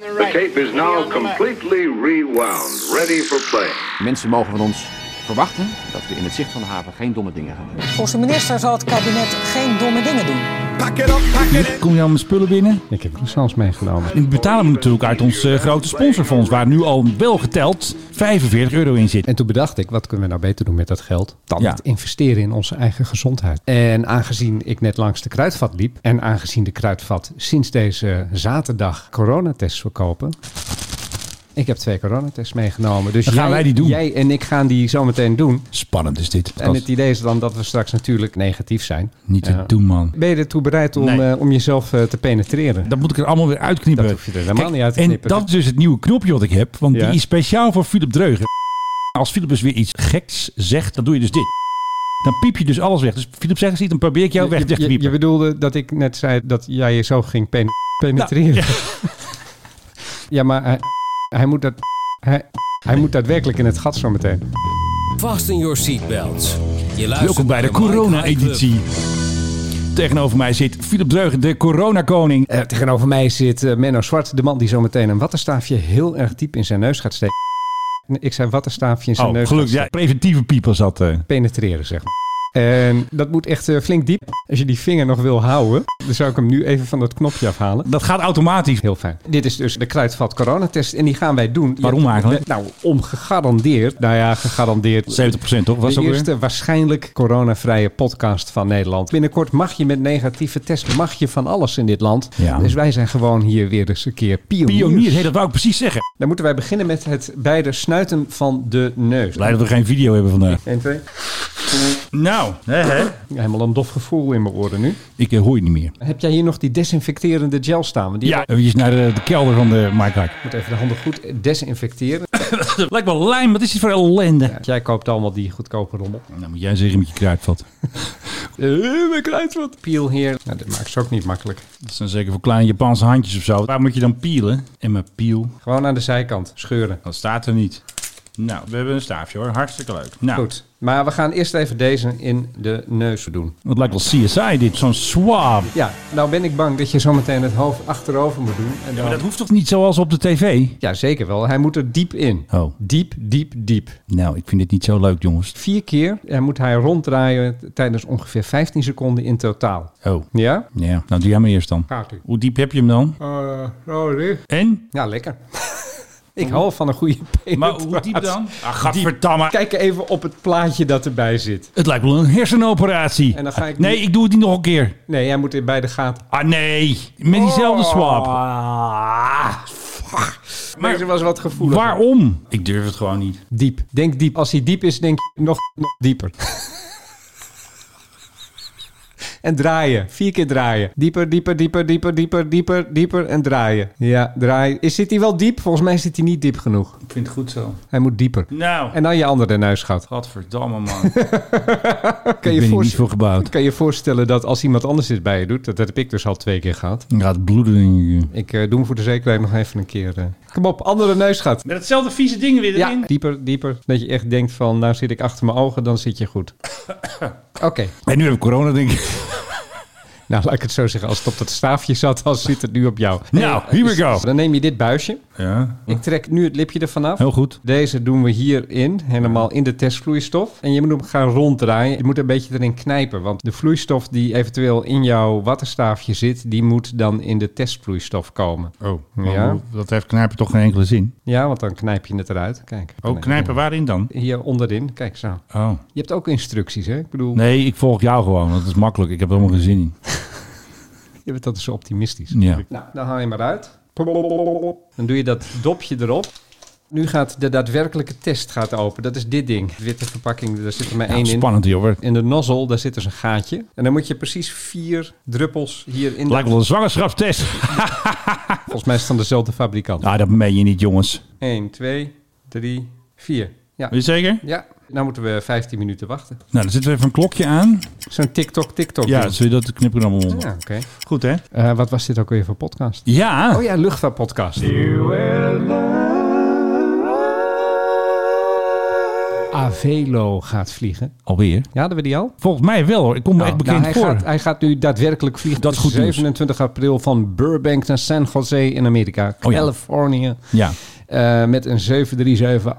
The tape is now completely rewound, ready for play. Mensen mogen van ons verwachten dat we in het zicht van de haven geen domme dingen gaan doen. Volgens de minister zal het kabinet geen domme dingen doen. Kom je al mijn spullen binnen? Ik heb croissants meegenomen. En we betalen hem natuurlijk uit ons eh, grote sponsorfonds, waar nu al wel geteld 45 euro in zit. En toen bedacht ik, wat kunnen we nou beter doen met dat geld dan Ja. het investeren in onze eigen gezondheid. En aangezien ik net langs de kruidvat liep en aangezien de kruidvat sinds deze zaterdag coronatests verkopen... Ik heb twee coronatests meegenomen. Dus Dan gaan jij- wij die doen. jij en ik gaan die zo meteen doen. Spannend is dit. En het idee is dan dat we straks natuurlijk negatief zijn. Niet te Eh, doen, man. Ben je ertoe bereid om, Nee. eh, om jezelf eh, te penetreren? Dat moet ik er allemaal weer uitknippen. Dat hoef je er helemaal niet uit te en knippen. dat is dus het nieuwe knopje wat ik heb. Want Ja. die is speciaal voor Philip Dreugen. Als Philip dus weer iets geks zegt, dan doe je dus dit. Dan piep je dus alles weg. Dus Philip zegt eens iets, dan probeer ik jou weg je, te je, je piepen. bedoelde dat ik net zei dat jij je zo ging pen- penetreren. Nou, ja. maar hij, hij moet dat... Hij, hij moet daadwerkelijk in het gat zo meteen. Fasten your seatbelts. Je luistert Welkom bij de naar Mike High Club. corona-editie. Tegenover mij zit Philip Dreugen, de coronakoning. Eh, tegenover mij zit eh, Menno Zwart, de man die zo meteen een wattenstaafje heel erg diep in zijn neus gaat steken. En Ik zei wattenstaafje in zijn Oh, neus gelukkig. gaat Ja, preventieve piepen zat. eh. penetreren, zeg maar. En dat moet echt eh, flink diep. Als je die vinger nog wil houden, dan zou ik hem nu even van dat knopje afhalen. Dat gaat automatisch. Heel fijn. Dit is dus de kruidvat coronatest en die gaan wij doen. Waarom Ja, eigenlijk? we- Nou, om gegarandeerd, nou ja, gegarandeerd... 70% toch? Was de dat ook eerste waarschijnlijk coronavrije podcast van Nederland. Binnenkort mag je met negatieve test, mag je van alles in dit land. Ja. Dus wij zijn gewoon hier weer eens een keer pioniers. weer? Pionier, hey, dat wou ik precies zeggen. Dan moeten wij beginnen met het beide snuiten van de neus. Blij dat we geen video hebben vandaag. 1, 2. Nou, hè, hè. Helemaal een dof gevoel in mijn oren nu. ik eh, hoor je niet meer. Heb jij hier nog die desinfecterende gel staan? Want Die Ja, eventjes naar de, de kelder van de Mike Hike. Ik moet even de handen goed desinfecteren. Lijkt wel lijm, wat is dit voor ellende? Jij koopt allemaal die goedkope rommel. Nou, moet jij zeggen met je kruidvat. Uh, kruid wat. Peel hier. Nou, dit maakt ze ook niet makkelijk. Dat zijn zeker voor kleine Japanse handjes of zo. Waar moet je dan pielen? En mijn piel, Gewoon aan de zijkant scheuren. dat staat er niet. Nou, we hebben een staafje hoor. Hartstikke leuk. Nou, Goed. Maar we gaan eerst even deze in de neus doen. het lijkt wel CSI dit. Zo'n swab. Ja, nou ben ik bang dat je zometeen het hoofd achterover moet doen. En Ja, dan... maar dat hoeft toch niet zoals op de tv? ja, zeker wel. Hij moet er diep in. Oh. Diep, diep, diep. Nou, ik vind dit niet zo leuk jongens. Vier keer eh, moet hij ronddraaien t- tijdens ongeveer 15 seconden in totaal. Oh, Ja? ja. Nou, doe jij maar eerst dan. Gaat u. Hoe diep heb je hem dan? En? Ja, lekker. ik hou van een goede Maar hoe diep penetratie. dan? Ah, gadverdamme. Kijk even op het plaatje dat erbij zit. Het lijkt wel een hersenoperatie. En dan ga ik Nee, nu- ik doe het niet nog een keer. Nee, jij moet in beide gaten. Ah nee, Oh. met diezelfde swap. Maar- Deze Ah. was wat gevoelig. Waarom? Ik durf het gewoon niet. Diep. Denk diep. Als hij diep is, denk je nog, nog dieper. en draaien. Vier keer draaien. Dieper, dieper, dieper, dieper, dieper, dieper, dieper. En draaien. Ja, draaien. Is, zit hij wel diep? Volgens mij zit hij niet diep genoeg. Ik vind het goed zo. Hij moet dieper. Nou, En dan je andere neusgat. godverdamme man. Daar Kan ben je, ik voorst- niet voor gebouwd. kan je voorstellen dat als iemand anders dit bij je doet... Dat, dat heb ik dus al twee keer gehad. Ik Gaat bloeden in je. Ik eh, doe hem voor de zekerheid nog even een keer. eh. Kom op, andere neusgat. Met hetzelfde vieze ding weer Ja, dieper, dieper. Dat je echt denkt van, nou zit ik achter mijn ogen, dan zit je goed. Oké, En nu heb ik corona denk ik. nou laat ik het zo zeggen. Als het op dat staafje zat, dan zit het nu op jou. Dus Nou, here we go. Dan neem je dit buisje. Ja, Ik trek nu het lipje ervan af. heel goed. Deze doen we hierin, helemaal in de testvloeistof. En je moet hem gaan ronddraaien. Je moet een beetje erin knijpen, want de vloeistof die eventueel in jouw wattenstaafje zit, die moet dan in de testvloeistof komen. Oh, Ja. dat heeft knijpen toch geen enkele zin. Ja, want dan knijp je het eruit. Kijk. Oh, knijpen waarin dan? Hier onderin, kijk zo. Oh. Je hebt ook instructies, hè? Ik bedoel, Nee, ik volg jou gewoon. Dat is makkelijk. Ik heb er helemaal geen zin in. je bent altijd zo optimistisch. Ja. Nou, dan haal je hem eruit. Dan doe je dat dopje erop. Nu gaat de daadwerkelijke test gaat open. Dat is dit ding. De witte verpakking, daar zit er maar Nou, één in. spannend joh. In de nozzle, daar zit dus een gaatje. En dan moet je precies vier druppels hier in. Lijkt wel een zwangerschapstest. Volgens mij is het van dezelfde fabrikant. Ah, dat meen je niet jongens. 1, 2, 3, 4. Ja. Weet je zeker? ja, nou moeten we 15 minuten wachten. Nou, er zit weer even een klokje aan. Zo'n TikTok, TikTok. Ja, ding. zul je dat knippen allemaal onder? ja oké. Goed, hè? Eh, wat was dit ook weer voor podcast? Ja. Oh ja, luchtvaartpodcast. Avelo gaat vliegen. Alweer? Ja, hadden we die al? Volgens mij wel hoor. Ik kom me echt bekend Nou, hij, voor. Gaat, hij gaat nu daadwerkelijk vliegen. Dat is goed nieuws. 27 april van Burbank naar San Jose in Amerika. Oh ja. Californië. Ja. Eh, met een 737-800.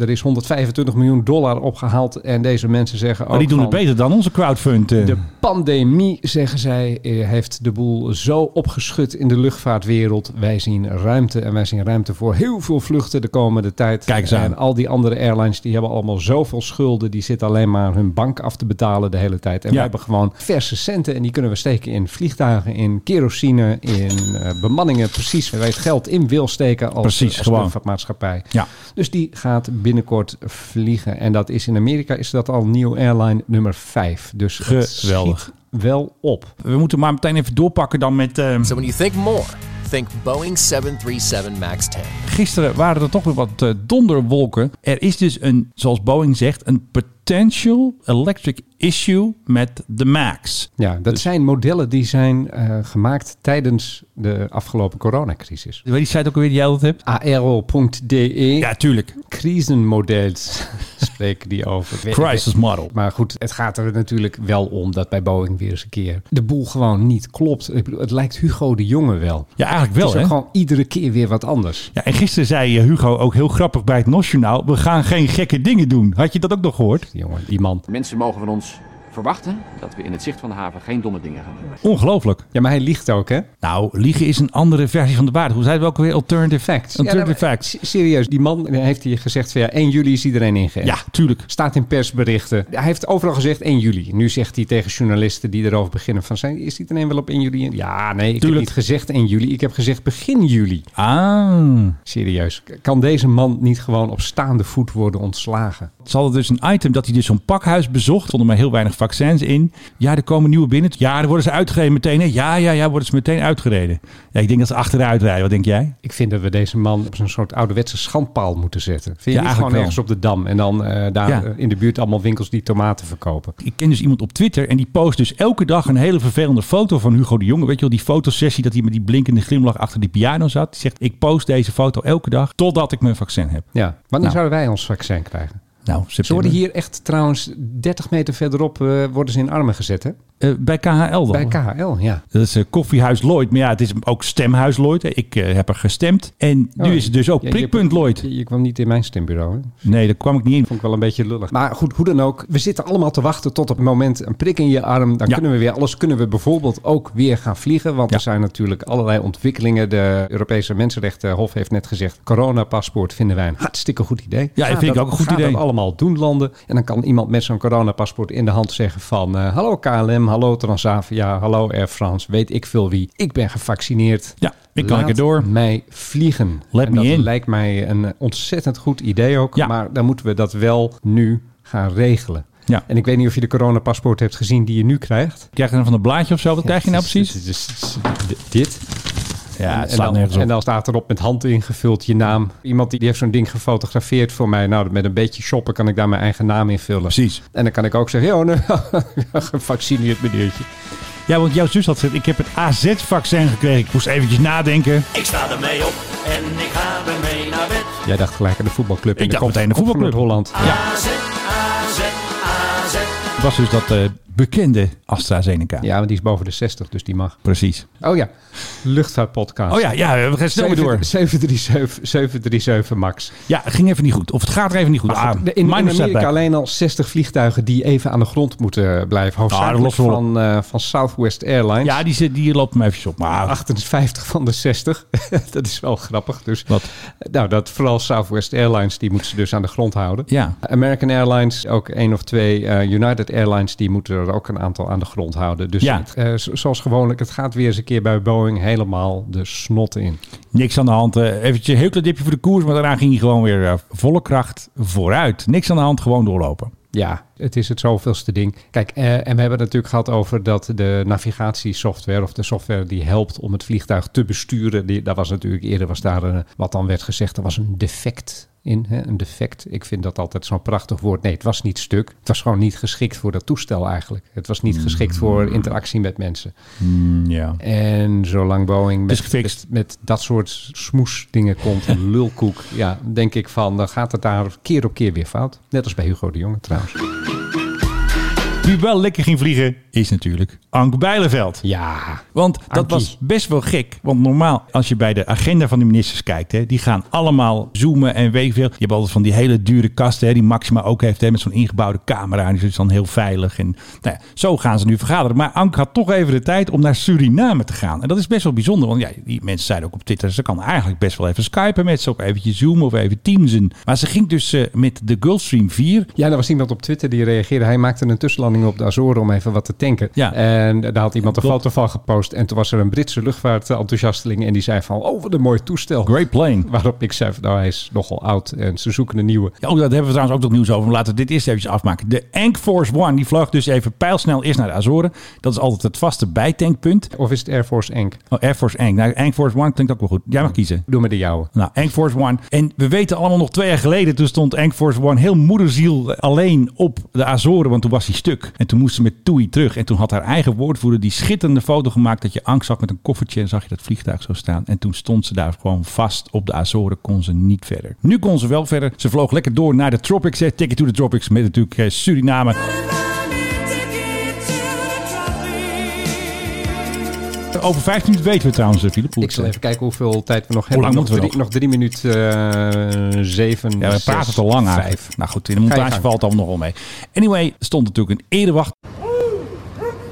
Er is 125 miljoen dollar opgehaald. En deze mensen zeggen Maar ook die doen het van, beter dan onze crowdfund. eh. De pandemie, zeggen zij, eh, heeft de boel zo opgeschud in de luchtvaartwereld. Wij zien ruimte en wij zien ruimte voor heel veel vluchten de komende tijd. Kijk eens aan. En al die andere airlines, die hebben allemaal zoveel schulden. Die zitten alleen maar hun bank af te betalen de hele tijd. En Ja. we hebben gewoon verse centen en die kunnen we steken in vliegtuigen, in kerosine, in eh, bemanningen. Precies waar je het geld in wil steken als, eh, Precies, als gewoon. luchtvaartmaatschappij. Ja. Dus die gaat binnenkort vliegen. En dat is in Amerika is dat al nieuw airline nummer 5. Dus het Geweldig. schiet wel op. We moeten maar meteen even doorpakken dan met... eh, So when you think more, think Boeing 737 MAX 10. gisteren waren er toch weer wat eh, donderwolken. Er is dus een, zoals Boeing zegt, een potential electric issue met de MAX. Ja, dat zijn modellen die zijn eh, gemaakt tijdens de afgelopen coronacrisis. Weet je die site ook alweer die jij dat hebt? ARO.de, Ja, tuurlijk. crisenmodels E, spreken die over. Crisis model. Maar goed, het gaat er natuurlijk wel om dat bij Boeing weer eens een keer de boel gewoon niet klopt. Ik bedoel, het lijkt Hugo de Jonge wel. Ja, eigenlijk Het wel is ook hè. gewoon iedere keer weer wat anders. Ja, en gisteren zei eh, Hugo ook heel grappig bij het NOS-journaal... we gaan geen gekke dingen doen. Had je dat ook nog gehoord? Jongen, die man. Mensen mogen van ons verwachten dat we in het zicht van de haven geen domme dingen gaan doen. Ongelooflijk. Ja, maar hij liegt ook, hè? Nou, liegen is een andere versie van de waarheid. Hoe zei het ook weer? Alternative facts. Ja, nou, Alternative facts. s- Serieus, die man eh, heeft hier gezegd van ja, 1 juli is iedereen ingeënt. Ja, tuurlijk. Staat in persberichten. Hij heeft overal gezegd 1 juli. Nu zegt hij tegen journalisten die erover beginnen van... Zijn, is iedereen wel op 1 juli? in? Ja, nee, ik Tuurlijk. heb niet gezegd 1 juli. Ik heb gezegd begin juli. Ah. Serieus, k- kan deze man niet gewoon op staande voet worden ontslagen? Ze hadden dus een item dat hij dus zo'n pakhuis bezocht. Stonden maar heel weinig vaccins in. Ja, er komen nieuwe binnen. Ja, dan worden ze uitgereden meteen. Hè? Ja, ja, ja, worden ze meteen uitgereden. Ja, ik denk dat ze achteruit rijden. Wat denk jij? Ik vind dat we deze man op zo'n soort ouderwetse schandpaal moeten zetten. Vind je Ja, niet eigenlijk gewoon wel. ergens op de Dam en dan eh, daar Ja. eh, in de buurt allemaal winkels die tomaten verkopen? Ik ken dus iemand op Twitter en die post dus elke dag een hele vervelende foto van Hugo de Jonge. Weet je wel, die fotosessie dat hij met die blinkende glimlach achter die piano zat. Die zegt, ik post deze foto elke dag totdat ik mijn vaccin heb. Ja, wanneer Nou. zouden wij ons vaccin krijgen? Nou, Ze worden hier echt trouwens 30 meter verderop eh, worden ze in armen gezet, hè? Eh, bij KHL dan. Bij KHL, ja. Dat is eh, Koffiehuis Lloyd. Maar ja, het is ook Stemhuis Lloyd. Ik eh, heb er gestemd. En nu Oh, is het dus ook ja, Prikpunt je- Lloyd. Je, je kwam niet in mijn stembureau, hè? Nee, daar kwam ik niet in. Vond ik wel een beetje lullig. Maar goed, hoe dan ook. We zitten allemaal te wachten tot op het moment een prik in je arm. Dan Ja. kunnen we weer alles. Kunnen we bijvoorbeeld ook weer gaan vliegen. Want Ja. er zijn natuurlijk allerlei ontwikkelingen. De Europese Mensenrechtenhof heeft net gezegd... coronapaspoort vinden wij een hartstikke goed idee. Ja, Ga dat vind ik ook een goed ga idee. dat allemaal doen landen. En dan kan iemand met zo'n coronapaspoort in de hand zeggen van... eh, hallo KLM, hallo Transavia, hallo Air France, weet ik veel wie. Ik ben gevaccineerd. Ja, ik kan Laat lekker door. mij vliegen. Let en me dat in. lijkt mij een ontzettend goed idee ook. Ja. Maar dan moeten we dat wel nu gaan regelen. Ja. En ik weet niet of je de coronapaspoort hebt gezien die je nu krijgt. Krijg je dan van een blaadje of zo? Wat krijg je nou precies? dit. Ja, het en, slaat dan, nergens en op. dan staat erop met hand ingevuld je naam. Iemand die, die heeft zo'n ding gefotografeerd voor mij. Nou, met een beetje shoppen kan ik daar mijn eigen naam invullen. Precies. En dan kan ik ook zeggen, joh, nou, gevaccineerd meneertje. Ja, want jouw zus had gezegd, ik heb het AZ-vaccin gekregen. Ik moest eventjes nadenken. Jij dacht gelijk aan de voetbalclub. Ik dacht meteen de voetbalclub. Holland. Het was dus dat eh, bekende AstraZeneca. Ja, want die is boven de 60, dus die mag. Precies. Oh ja, luchtvaartpodcast. Oh ja, ja, we gaan snel weer door. 737, 737 max. Ja, het ging even niet goed. Of het gaat er even niet goed. Maar Ah, goed, in, in minor setback. Amerika alleen al 60 vliegtuigen die even aan de grond moeten eh, blijven. Hoofdzakelijk Ah, lossen we op. van, eh, van Southwest Airlines. Ja, die, zit- die loopt me even op. Maar 58 van de 60. dat is wel grappig. Dus, Wat? Nou, dat vooral Southwest Airlines, die moeten ze dus aan de grond houden. Ja. American Airlines, ook één of twee. eh, United Airlines, die moeten er ook een aantal aan de grond houden. Dus Ja. het, eh, zo- zoals gewoonlijk, het gaat weer eens een keer bij Boeing helemaal de snot in. Niks aan de hand. eh eventjes een heel klein dipje voor de koers. Maar daarna ging hij gewoon weer eh, volle kracht vooruit. Niks aan de hand. Gewoon doorlopen. Ja, Het is het zoveelste ding. Kijk, eh, en we hebben het natuurlijk gehad over dat de navigatiesoftware of de software die helpt om het vliegtuig te besturen. Die, daar was natuurlijk eerder was daar een, wat dan werd gezegd, er was een defect in. Hè? Een defect. Ik vind dat altijd zo'n prachtig woord. Nee, het was niet stuk. Het was gewoon niet geschikt voor dat toestel eigenlijk. Het was niet geschikt Mm. voor interactie met mensen. Ja. En zolang Boeing is met, gefixt. met, met dat soort smoesdingen komt, een lulkoek, ja, denk ik van, dan gaat het daar keer op keer weer fout. Net als bij Hugo de Jonge trouwens. Wie wel lekker ging vliegen is natuurlijk Ank Bijleveld. Ja, Want dat Ankie. was best wel gek. Want normaal, als je bij de agenda van de ministers kijkt, hè, die gaan allemaal zoomen en weet ik veel. Je hebt altijd van die hele dure kasten, hè, die Maxima ook heeft, hè, met zo'n ingebouwde camera. En die is dan heel veilig. En nou ja, zo gaan ze nu vergaderen. Maar Ank had toch even de tijd om naar Suriname te gaan. En dat is best wel bijzonder. Want ja, die mensen zeiden ook op Twitter, ze kan eigenlijk best wel even skypen met ze. Of eventjes zoomen of even teamsen. Maar ze ging dus eh, met de Gulfstream 4 Ja, er was iemand op Twitter die reageerde. Hij maakte een tussenlanding op de Azoren om even wat te tanken. Ja. En daar had iemand een Klopt. foto van gepost. En toen was er een Britse luchtvaartenthousiasteling. En die zei van, oh, wat een mooi toestel. Great Plane. Waarop ik zei, van, nou, hij is nogal oud en ze zoeken een nieuwe. Ja, ook dat hebben we trouwens ook nog nieuws over. Maar laten we dit eerst even afmaken. De Ank Force One die vloog dus even pijlsnel eerst naar de Azoren. Dat is altijd het vaste bijtankpunt. Of is het Air Force Enk? Oh, Air Force Ank. Nou, Ank Force One klinkt ook wel goed. Jij mag kiezen. Doe maar de jouwe. Nou, Ank Force One. En we weten allemaal nog twee jaar geleden, toen stond Ank Force One heel moederziel alleen op de Azoren, want toen was hij stuk. En toen moest ze met Toei terug. En toen had haar eigen woordvoerder die schitterende foto gemaakt dat je angst zag met een koffertje en zag je dat vliegtuig zo staan. En toen stond ze daar gewoon vast op de Azoren, kon ze niet verder. Nu kon ze wel verder. Ze vloog lekker door naar de tropics, hè. Ticket to the tropics, met natuurlijk eh, Suriname. Over 15 minuten weten we trouwens, eh, Philip. hoe Ik zal het, even kijken hoeveel tijd we nog hebben. lang nog, moeten we drie, nog? nog drie minuten eh, zeven. Ja, we zes, praten te lang vijf. eigenlijk. Nou goed, in de montage Ga je gang. valt het allemaal nogal mee. Anyway, er stond natuurlijk een erewacht.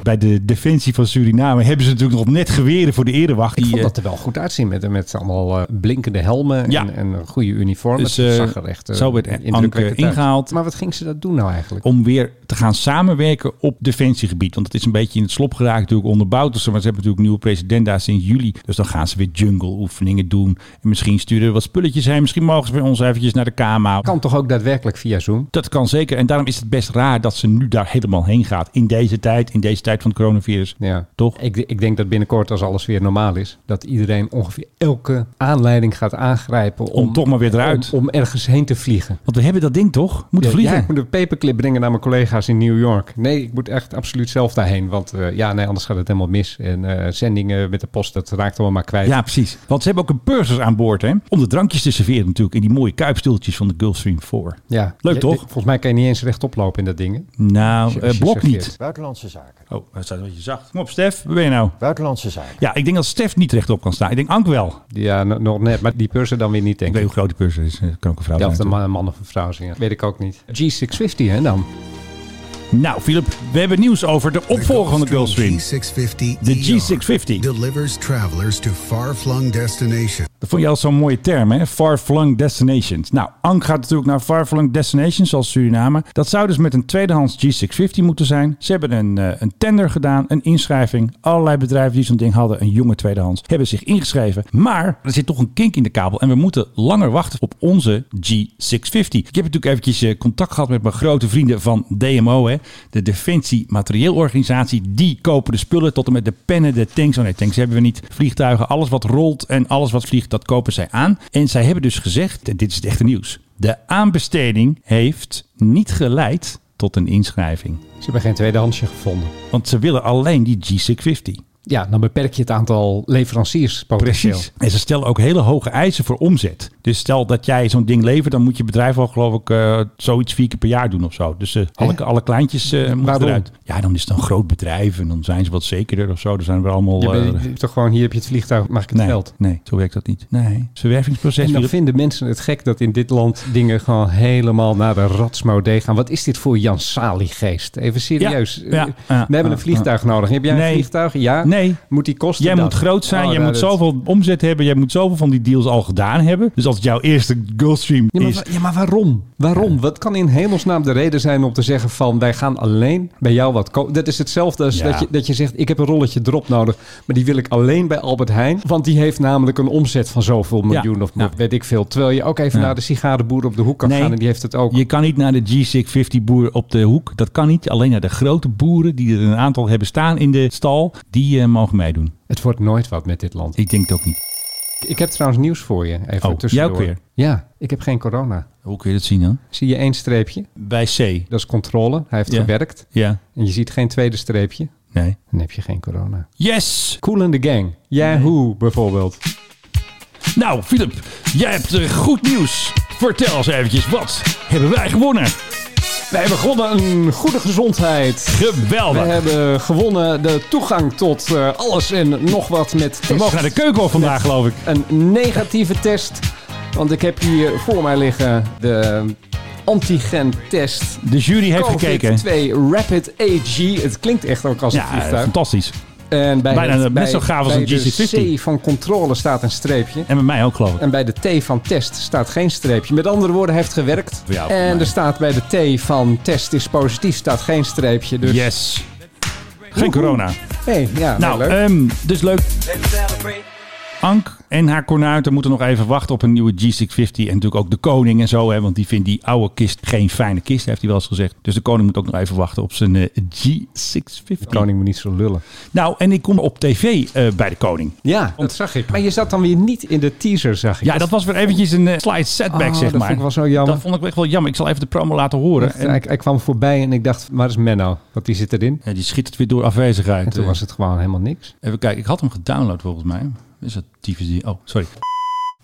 Bij de defensie van Suriname hebben ze natuurlijk nog net geweren voor de erewacht. Ik Die, vond eh, dat er wel goed uitzien met, met allemaal eh, blinkende helmen Ja. en, en een goede uniform. Dus, het eh, zag er echt eh, zo werd Anke indrukwekkend uit. ingehaald. Maar wat ging ze dat doen nou eigenlijk? om weer te gaan samenwerken op defensiegebied. Want het is een beetje in het slop geraakt natuurlijk onder Boutersen. Maar ze hebben natuurlijk een nieuwe president daar sinds juli. Dus dan gaan ze weer jungle oefeningen doen. En misschien sturen we wat spulletjes heen. Misschien mogen ze bij ons eventjes naar de KMA. Kan toch ook daadwerkelijk via Zoom? Dat kan zeker. En daarom is het best raar dat ze nu daar helemaal heen gaat. In deze tijd, in deze tijd van het coronavirus. Ja. Toch? Ik, ik denk dat binnenkort, als alles weer normaal is, dat iedereen ongeveer elke aanleiding gaat aangrijpen om, Om toch maar weer eruit. Om, om ergens heen te vliegen. Want we hebben dat ding toch? Moeten Ja, vliegen. Ja, ik moet een paperclip brengen naar mijn collega's in New York. Nee, ik moet echt absoluut zelf daarheen. Want eh, ja, nee, anders gaat het helemaal mis. En eh, zendingen met de post, dat raakt allemaal maar kwijt. Ja, precies. Want ze hebben ook een purser aan boord, hè? Om de drankjes te serveren natuurlijk. In die mooie kuipstoeltjes van de Gulfstream 4. Ja. Leuk, Je- toch? dit- Volgens mij kan je niet eens rechtop lopen in dat ding. hè? Nou, je- eh, als je blok serveert. niet. Buitenlandse zaken. Oh, dat staat een beetje zacht. Kom op, Stef. Waar ben je nou? Buitenlandse zaken. Ja, ik denk dat Stef niet rechtop kan staan. Ik denk Ank wel. Ja, no- nog net. Maar die purser dan weer niet, Ik denk weet ik. hoe groot die purser is. Eh, Kan ook een vrouw zijn. Ja, of een natuurlijk. man, een man of een vrouw zijn. ja. Weet ik ook niet. G650, hè dan? Nou, Philip, we hebben nieuws over de opvolger van de Gulfstream. G650 De G650. E delivers travelers to far-flung destinations. Dat vond je al zo'n mooie term, hè? Far-flung destinations. Nou, Ank gaat natuurlijk naar far-flung destinations, zoals Suriname. Dat zou dus met een tweedehands G650 moeten zijn. Ze hebben een, eh, een tender gedaan, een inschrijving. Allerlei bedrijven die zo'n ding hadden, een jonge tweedehands, hebben zich ingeschreven. Maar er zit toch een kink in de kabel en we moeten langer wachten op onze G650. Ik heb natuurlijk eventjes eh, contact gehad met mijn grote vrienden van DMO, hè? de Defensie Materieelorganisatie. Die kopen de spullen tot en met de pennen, de tanks. Oh nee, tanks hebben we niet. Vliegtuigen, alles wat rolt en alles wat vliegt, dat kopen zij aan. En zij hebben dus gezegd, en dit is het echte nieuws, de aanbesteding heeft niet geleid tot een inschrijving. Ze hebben geen tweedehandsje gevonden. Want ze willen alleen die G650. Ja, dan beperk je het aantal leveranciers potentieel. Precies. En ze stellen ook hele hoge eisen voor omzet. Dus stel dat jij zo'n ding levert, dan moet je bedrijf al geloof ik eh, zoiets vier keer per jaar doen of zo. Dus eh, alle, alle kleintjes eh, moeten Waarom? eruit. Ja, dan is het een groot bedrijf en dan zijn ze wat zekerder of zo. Dan zijn we allemaal... Je bent- eh, je hebt toch gewoon, hier heb je het vliegtuig, mag ik het nee, geld? nee, zo werkt dat niet. Nee, het is een wervingsproces. En dan Philip. vinden mensen het gek dat in dit land dingen gewoon helemaal naar de ratsmodee gaan. Wat is dit voor Jan Sali-geest? Even serieus. Ja, ja, Eh, ja, We hebben ja, een vliegtuig nodig. Heb jij Nee. een vliegtuig? Ja. Nee. Moet die kosten Jij dan? moet groot zijn, Oh, jij nou, moet dat- zoveel omzet hebben, jij moet zoveel van die deals al gedaan hebben. Dus als het jouw eerste Gulfstream Ja maar, is, wa- ja, maar waarom? Waarom? Wat kan in hemelsnaam de reden zijn om te zeggen van... wij gaan alleen bij jou wat kopen? Dat is hetzelfde als Ja. dat, je, dat je zegt... ik heb een rolletje drop nodig, maar die wil ik alleen bij Albert Heijn. Want die heeft namelijk een omzet van zoveel miljoen of Ja. weet ik veel. Terwijl je ook even Ja. naar de sigarenboer op de hoek kan Nee. gaan... en die heeft het ook. Je kan niet naar de G650 boer op de hoek. Dat kan niet. Alleen naar de grote boeren die er een aantal hebben staan in de stal. Die eh, mogen meedoen. Het wordt nooit wat met dit land. Ik denk het ook niet. Ik heb trouwens nieuws voor je, even Oh, tussendoor. jij ook weer? Ja, ik heb geen corona. Hoe kun je dat zien dan? Zie je één streepje? Bij C. Dat is controle. Hij heeft Ja. gewerkt. Ja. En je ziet geen tweede streepje. Nee. Dan heb je geen corona. Yes! Cool in the gang. Yahoo bijvoorbeeld. Nou, Philip, jij hebt eh, goed nieuws. Vertel eens eventjes, wat hebben wij gewonnen? Wij begonnen een goede gezondheid. We Geweldig. We, hebben gewonnen de toegang tot eh, alles en nog wat met test. mogen naar de keuken al vandaag, geloof ik. Een negatieve test. Want ik heb hier voor mij liggen de antigen-test. De jury heeft gekeken. 2 Rapid AG. Het klinkt echt ook als een Ja, vliegtuig. fantastisch. En bij Bijna het- net bij- zo gaaf als bij een de GC50. C van controle staat een streepje. En bij mij ook, geloof ik. En bij de T van test staat geen streepje. Met andere woorden, hij heeft gewerkt. Ja, voor en mij. er staat bij de T van test is positief, staat geen streepje. Dus Yes. Geen corona. hey, ja, Nou, leuk. ehm, dus leuk. Ank en haar kornuiten moeten nog even wachten op een nieuwe G650. En natuurlijk ook de koning en zo. Hè, want die vindt die oude kist geen fijne kist, heeft hij wel eens gezegd. Dus de koning moet ook nog even wachten op zijn eh, G650. de koning moet niet zo lullen. Nou, en ik kom op tv eh, bij de koning. Ja, dat zag ik. Maar je zat dan weer niet in de teaser, zag ik. Ja, dat was weer eventjes een eh, slide setback, Oh, zeg dat maar. vond ik wel zo jammer. Dat vond ik echt wel jammer. Ik zal even de promo laten horen. Echt, hij, hij kwam voorbij en ik dacht, waar is Menno? Want die zit erin. Ja, die schiet het weer door afwezigheid. En toen Eh, was het gewoon helemaal niks. Even kijken, ik had hem gedownload volgens mij. Is dat tyfus die? Oh, sorry.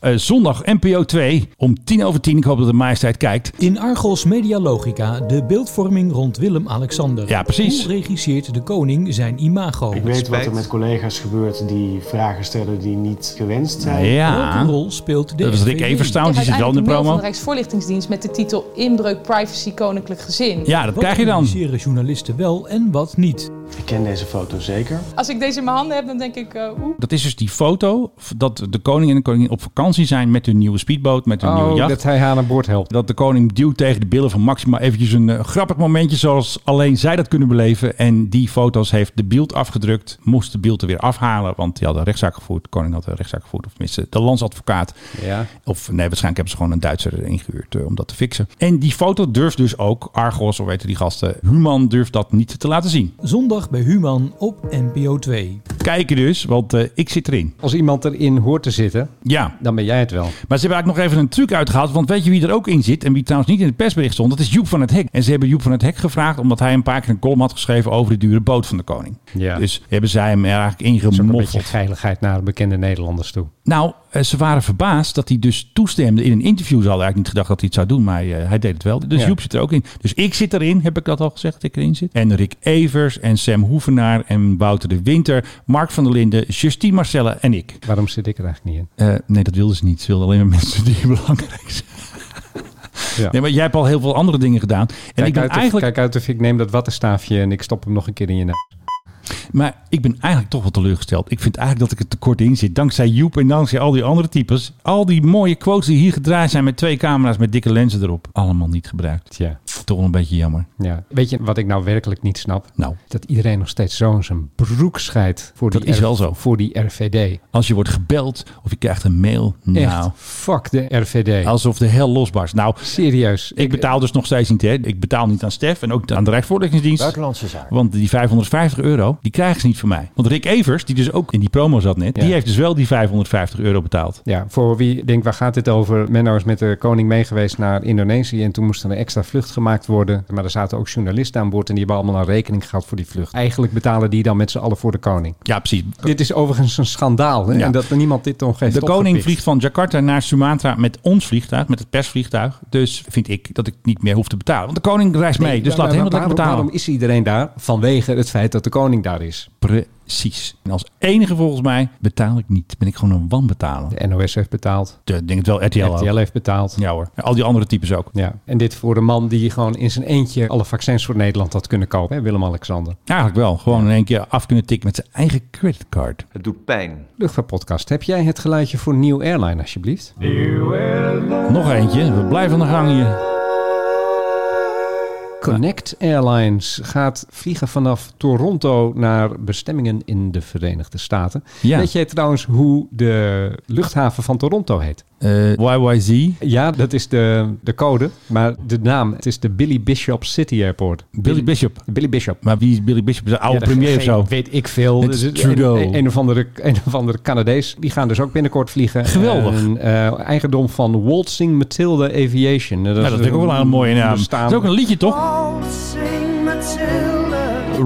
Eh, zondag NPO 2 om tien over tien. Ik hoop dat de majesteit kijkt. In Argos Media Logica de beeldvorming rond Willem-Alexander. Ja, precies. Hoe regisseert de koning zijn imago? weet wat er met collega's gebeurt die vragen stellen die niet gewenst zijn. Welke Ja, rol speelt de Ah, dat was Rick RVD? Everstaan. Die zit wel in de promo. Rijksvoorlichtingsdienst met de titel Inbreuk Privacy Koninklijk Gezin. Ja, dat Wat krijg je dan. communiceren journalisten wel en wat niet? Ik ken deze foto zeker. Als ik deze in mijn handen heb, dan denk ik, eh, oeh. Dat is dus die foto dat de koning en de koningin op vakantie zijn met hun nieuwe speedboot, met hun nieuwe Oh, jacht. dat hij haar aan boord helpt. Dat de koning duwt tegen de billen van Maxima eventjes een eh, grappig momentje zoals alleen zij dat kunnen beleven. En die foto's heeft de beeld afgedrukt. Moest de beeld er weer afhalen, want die had een rechtszaak gevoerd. De koning had een rechtszaak gevoerd, of tenminste de landsadvocaat. Ja. Of nee, waarschijnlijk hebben ze gewoon een Duitser erin gehuurd eh, om dat te fixen. En die foto durft dus ook, Argos of weten die gasten, Human durft dat niet te laten zien. Zondag bij Human op NPO 2. Kijken dus, want eh, ik zit erin. Als iemand erin hoort te zitten, Ja, dan ben jij het wel. Maar ze hebben eigenlijk nog even een truc uitgehaald. Want weet je wie er ook in zit en wie trouwens niet in het persbericht stond? Dat is Joep van het Hek. En ze hebben Joep van het Hek gevraagd omdat hij een paar keer een column had geschreven over de dure boot van de koning. Ja. Dus hebben zij hem er eigenlijk Dat is ook een beetje ingemoffeld. geiligheid naar bekende Nederlanders toe. Nou, eh, ze waren verbaasd dat hij dus toestemde in een interview. Ze hadden eigenlijk niet gedacht dat hij het zou doen, maar eh, hij deed het wel. Dus Ja. Joep zit er ook in. Dus ik zit erin, heb ik dat al gezegd, dat ik erin zit. En Rick Evers en Sam Hoevenaar en Wouter de Winter, Mark van der Linden, Justine Marcelle en ik. Waarom zit ik er eigenlijk niet in? Eh, nee, dat wilden ze niet. Ze wilden alleen maar mensen die belangrijk zijn. Ja. Nee, maar jij hebt al heel veel andere dingen gedaan. En Kijk, ik ben uit of, eigenlijk, kijk uit of ik neem dat wattenstaafje en ik stop hem nog een keer in je neus. maar ik ben eigenlijk toch wel teleurgesteld. Ik vind eigenlijk dat ik er tekort in zit. Dankzij Joep en dankzij al die andere types. Al die mooie quotes die hier gedraaid zijn met twee camera's met dikke lenzen erop. Allemaal niet gebruikt. Tja. Toch wel een beetje jammer. Ja. Weet je wat ik nou werkelijk niet snap? Nou, Dat iedereen nog steeds zo in zijn broek scheidt voor, Dat die, is wel zo. voor die RVD. als je wordt gebeld of je krijgt een mail. Nou, Echt, fuck de RVD. alsof de hel losbarst. Nou, Serieus. ik betaal dus nog steeds niet. Hè. Ik betaal niet aan Stef en ook niet aan de Rijksvoorlichtingsdienst. Buitenlandse zaken. Want die 550 euro, die krijgen ze niet van mij. Want Rick Evers, die dus ook in die promo zat net, Ja. die heeft dus wel die 550 euro betaald. Ja, voor wie denkt, waar gaat dit over? Menno is met de koning meegeweest naar Indonesië en toen moest er een extra vlucht gemaakt worden. Maar er zaten ook journalisten aan boord en die hebben allemaal een rekening gehad voor die vlucht. Eigenlijk betalen die dan met z'n allen voor de koning. Ja, precies. Dit is overigens een schandaal hè? Ja. en dat niemand dit nog heeft De koning opgepikt. vliegt van Jakarta naar Sumatra met ons vliegtuig, met het persvliegtuig. Dus vind ik dat ik niet meer hoef te betalen. Want de koning reist mee, dus Maar laat hem dat lekker waarom, betalen. Waarom is iedereen daar? Vanwege het feit dat de koning daar is. Precies. En als enige volgens mij betaal ik niet. Ben ik gewoon een wanbetaler. De NOS heeft betaald. De- Ik denk het wel, RTL, ook. RTL heeft betaald. Ja hoor. En al die andere types ook. Ja. En dit voor de man die gewoon in zijn eentje alle vaccins voor Nederland had kunnen kopen. hè, Willem-Alexander. Eigenlijk wel. Gewoon in één keer af kunnen tikken met zijn eigen creditcard. Het doet pijn. Luchtvaartpodcast, heb jij het geluidje voor Nieuw Airline alsjeblieft? Nog eentje. We blijven aan de gang hier. Connect Airlines gaat vliegen vanaf Toronto naar bestemmingen in de Verenigde Staten. Ja. Weet jij trouwens hoe de luchthaven van Toronto heet? Eh, YYZ. Ja, dat is de, de code, maar de naam, het is de Billy Bishop City Airport. Billy Bishop. Billy Bishop. Maar wie is Billy Bishop? Is een oude Ja, dat Oh, premier of geen- zo? Weet ik veel. Het is Dus Trudeau. Een, een, of andere, een of andere Canadees. Die gaan dus ook binnenkort vliegen. Geweldig. En, eh, eigendom van Waltzing Matilda Aviation. Nou, Ja, dat is natuurlijk ook wel een mooie naam. bestaan- Dat is ook een liedje, toch?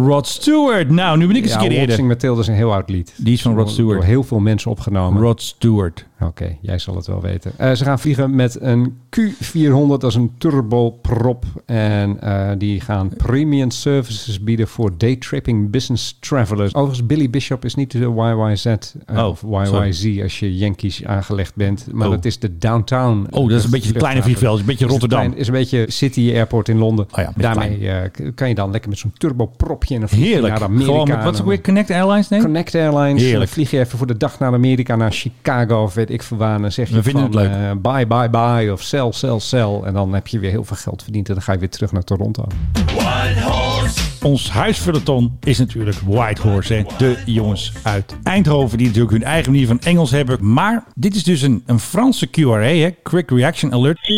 Rod Stewart. Nou, nu ben ik eens ja, een keer Waltzing eerder. Matilda is een heel oud lied. Die is van Rod Stewart. Door heel veel mensen opgenomen. Rod Stewart. Oké, jij zal het wel weten. Eh, ze gaan vliegen met een Q400, dat is een turboprop. En eh, die gaan premium services bieden voor daytripping business travelers. Overigens, Billy Bishop is niet de YYZ eh, Oh, of YYZ als je Yankees aangelegd bent. Maar Oh. dat is de downtown. Oh, dat is een beetje het kleine vliegveld. Een beetje Is een Rotterdam. Oh klein- Is een beetje City Airport in Londen. ja, met Daarmee eh, k- kan je dan lekker met zo'n turbopropje en dan vlieg je Heerlijk. naar Amerika. Gewoon met, en wat is dan- ook weer Connect Airlines, nee? Connect Airlines. Heerlijk. Dan vlieg je even voor de dag naar Amerika, naar Chicago of weet ik veel waar. En dan zeg je We vinden van, het eh, bye, bye, bye of sell, sell, sell. En dan heb je weer heel veel geld verdiend en dan ga je weer terug naar Toronto. Ons huisvulleton is natuurlijk Whitehorse. Hè? De jongens uit Eindhoven die natuurlijk hun eigen manier van Engels hebben. Maar dit is dus een, een Franse QRA, hè? Quick Reaction Alert. eh,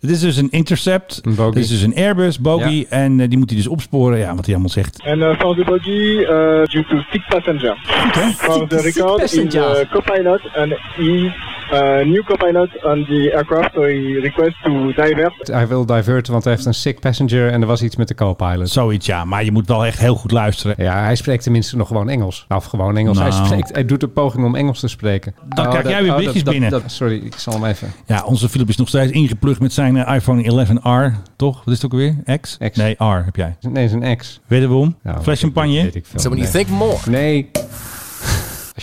Dit is dus een intercept. Een bogie. Dit is dus een Airbus bogie. En eh, die moet hij dus opsporen. Ja, wat hij allemaal zegt. And uh, for the buggy, uh, due to sick passenger. Goed, hè? For the record, he's a co-pilot and he's a new co-pilot on the aircraft, so he requests to divert. Hij wil diverten, want hij heeft een sick passenger en er was iets met de co-pilot. Zoiets, ja. Maar je moet wel echt heel goed luisteren. Ja, hij spreekt tenminste nog gewoon Engels. Nou, Of gewoon Engels. Nou. Hij, spreekt, hij doet een poging om Engels te spreken. Oh, Dan krijg jij weer berichtjes binnen. sorry, ik zal hem even. Ja, onze Philip is nog steeds ingeplucht met zijn eh, iPhone 11R. Toch? Wat is het ook weer? X? X. Nee, R heb jij. Nee, zijn ex. Weet we om? Nou, Fles champagne? weet ik veel. So when you Nee. think more, Nee.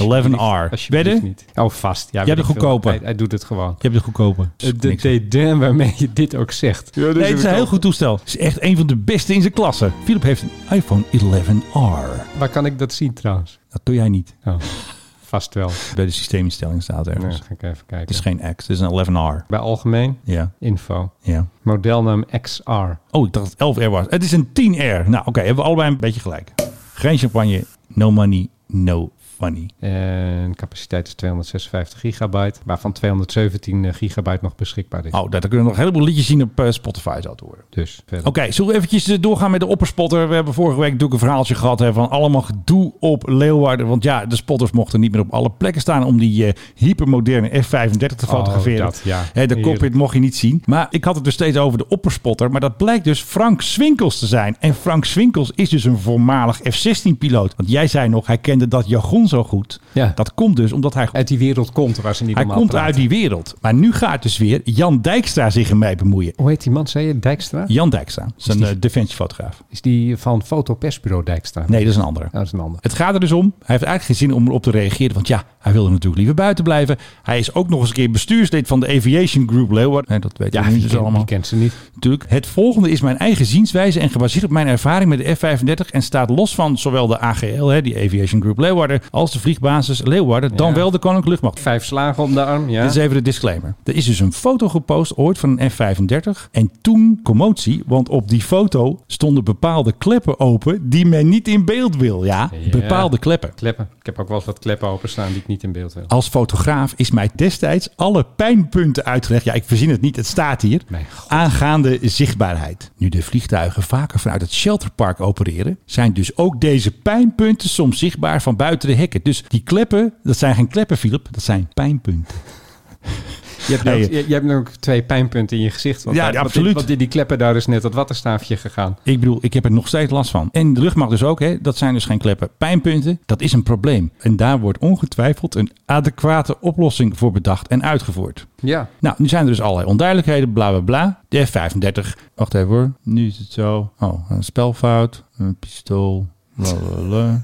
11R. Wedden? Wedden? Niet. Oh, vast. Ja, weet hebt de ik veel. goedkope. Hij, hij doet het gewoon. Je hebt Eh, de goedkope. De, de Niks. dédain waarmee je dit ook zegt. Ja, Nee, het is een heel goed toestel. Het is echt een van de beste in zijn klasse. Philip heeft een iPhone 11R. Waar kan ik dat zien trouwens? Dat doe jij niet. Oh, vast wel. Bij de systeeminstelling staat Nou, ergens. ga ik even Het is kijken. geen X, het is een 11R. Bij algemeen Ja, info. ja. Modelnaam XR. Oh, ik dacht dat het 11R was. Het is een 10R. Nou, oké, hebben we allebei een beetje gelijk. Geen champagne, no money, no funny. En capaciteit is 256 gigabyte. Waarvan 217 gigabyte nog beschikbaar is. Oh, daar daar kunnen we nog een heleboel liedjes zien op eh, Spotify, zou het horen. Dus verder. Oké, zullen we eventjes eh, doorgaan met de opperspotter? We hebben vorige week natuurlijk een verhaaltje gehad hè, van allemaal gedoe op Leeuwarden. Want ja, de spotters mochten niet meer op alle plekken staan om die eh, hypermoderne F-35 te Oh, fotograferen. dat, ja. Hè, de Heerlijk. cockpit mocht je niet zien. Maar ik had het dus steeds over de opperspotter. Maar dat blijkt dus Frank Swinkels te zijn. En Frank Swinkels is dus een voormalig F-16-piloot. Want jij zei nog, hij kende dat jargon zo goed. Ja. Dat komt dus omdat hij Uit die wereld komt waar ze niet hij normaal komt praten. uit die wereld. Maar nu gaat dus weer Jan Dijkstra zich ermee bemoeien. Hoe heet die man, zei je? Dijkstra? Jan Dijkstra, dat is een die- eh, defensiefotograaf. Is die van Fotopersbureau Dijkstra? Nee, dat is een andere. Oh, dat is een ander. Het gaat er dus om. Hij heeft eigenlijk geen zin om erop te reageren. Want ja, hij wilde natuurlijk liever buiten blijven. Hij is ook nog eens een keer bestuurslid van de Aviation Group Leeuwarden. Nee, dat weten Ja, we die nu kent, dus allemaal. die kent ze niet. Natuurlijk. Het volgende is mijn eigen zienswijze en gebaseerd op mijn ervaring met de F-35 en staat los van zowel de AGL, hè, die Aviation Group Leeuwarden, als de vliegbasis Leeuwarden, dan Ja. wel de Koninklijke Luchtmacht. Vijf slagen om de arm, ja. Dit is even de disclaimer. Er is dus een foto gepost ooit van een F-35. En toen commotie, want op die foto stonden bepaalde kleppen open die men niet in beeld wil. Ja, Ja. bepaalde kleppen. Kleppen. Ik heb ook wel eens wat kleppen openstaan die ik niet in beeld wil. Als fotograaf is mij destijds alle pijnpunten uitgelegd. Ja, ik verzin het niet, het staat hier. Mijn god. Aangaande zichtbaarheid. Nu de vliegtuigen vaker vanuit het shelterpark opereren, zijn dus ook deze pijnpunten soms zichtbaar van buiten de hekken. Dus die kleppen, dat zijn geen kleppen, Philip, dat zijn pijnpunten. Je hebt, Hey. ook, je, je hebt nu ook twee pijnpunten in je gezicht. Want Ja, daar- want absoluut. die- Want die, die kleppen daar is net dat wattenstaafje gegaan. Ik bedoel, ik heb er nog steeds last van. En de rugmacht dus ook, hè? dat zijn dus geen kleppen. Pijnpunten, dat is een probleem. En daar wordt ongetwijfeld een adequate oplossing voor bedacht en uitgevoerd. Ja. Nou, nu zijn er dus allerlei onduidelijkheden, bla bla bla. De F-35, wacht even hoor, nu is het zo. Oh, een spelfout, een pistool, la la la.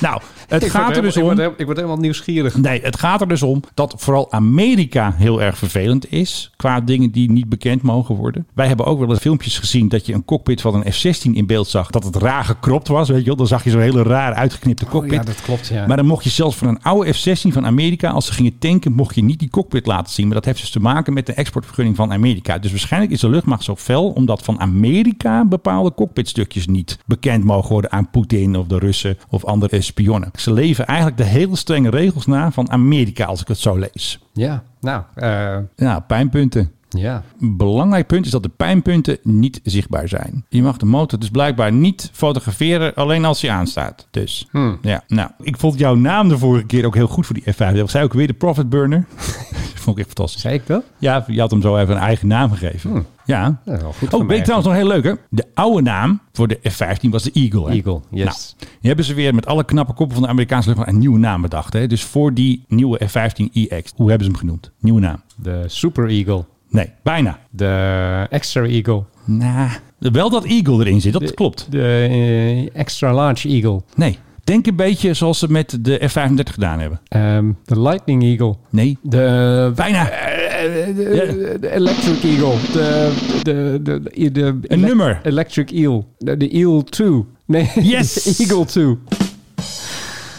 Nou, het Ik word gaat er helemaal- dus ik om... word heel- ik word helemaal nieuwsgierig. Nee, het gaat er dus om dat vooral Amerika heel erg vervelend is. Qua dingen die niet bekend mogen worden. Wij hebben ook wel eens filmpjes gezien dat je een cockpit van een F-16 in beeld zag. Dat het raar gekropt was, weet je wel. Dan zag je zo'n hele raar uitgeknipte cockpit. ja, dat klopt, ja. Maar dan mocht je zelfs van een oude F-16 van Amerika, als ze gingen tanken, mocht je niet die cockpit laten zien. Maar dat heeft dus te maken met de exportvergunning van Amerika. Dus waarschijnlijk is de luchtmacht zo fel, omdat van Amerika bepaalde cockpitstukjes niet bekend mogen worden aan Poetin of de Russen of andere eh, spionnen. Ze leven eigenlijk de hele strenge regels na van Amerika, als ik het zo lees. Ja, nou, eh, Ja, pijnpunten. ja. Een belangrijk punt is dat de pijnpunten niet zichtbaar zijn. Je mag de motor dus blijkbaar niet fotograferen, alleen als hij aanstaat. Dus Hmm. ja, nou, ik vond jouw naam de vorige keer ook heel goed voor die F5. Zij ook weer de Profit Burner. dat vond ik echt fantastisch. Zei ik dat? Ja, je had hem zo even een eigen naam gegeven. Ja. Hmm. Ja, wel goed van oh, mij weet ik trouwens nog heel leuk, hè? De oude naam voor de F-15 was de Eagle. Hè? Eagle, yes. Nou, die hebben ze weer met alle knappe koppen van de Amerikaanse luchtvaart een nieuwe naam bedacht. Hè? Dus voor die nieuwe F-15EX. Hoe hebben ze hem genoemd? Nieuwe naam. De Super Eagle. Nee, bijna. De Extra Eagle. Nou, wel dat Eagle erin zit, dat De- klopt. De eh, Extra Large Eagle. Nee, denk een beetje zoals ze met de F-35 gedaan hebben. Ehm, de Lightning Eagle. Nee, De... bijna. eh, eh, de- de Electric Eagle. De, de, de, de, de- Een nummer. e, Electric Eel. De, de Eel 2. Nee, Yes! de Eagle 2.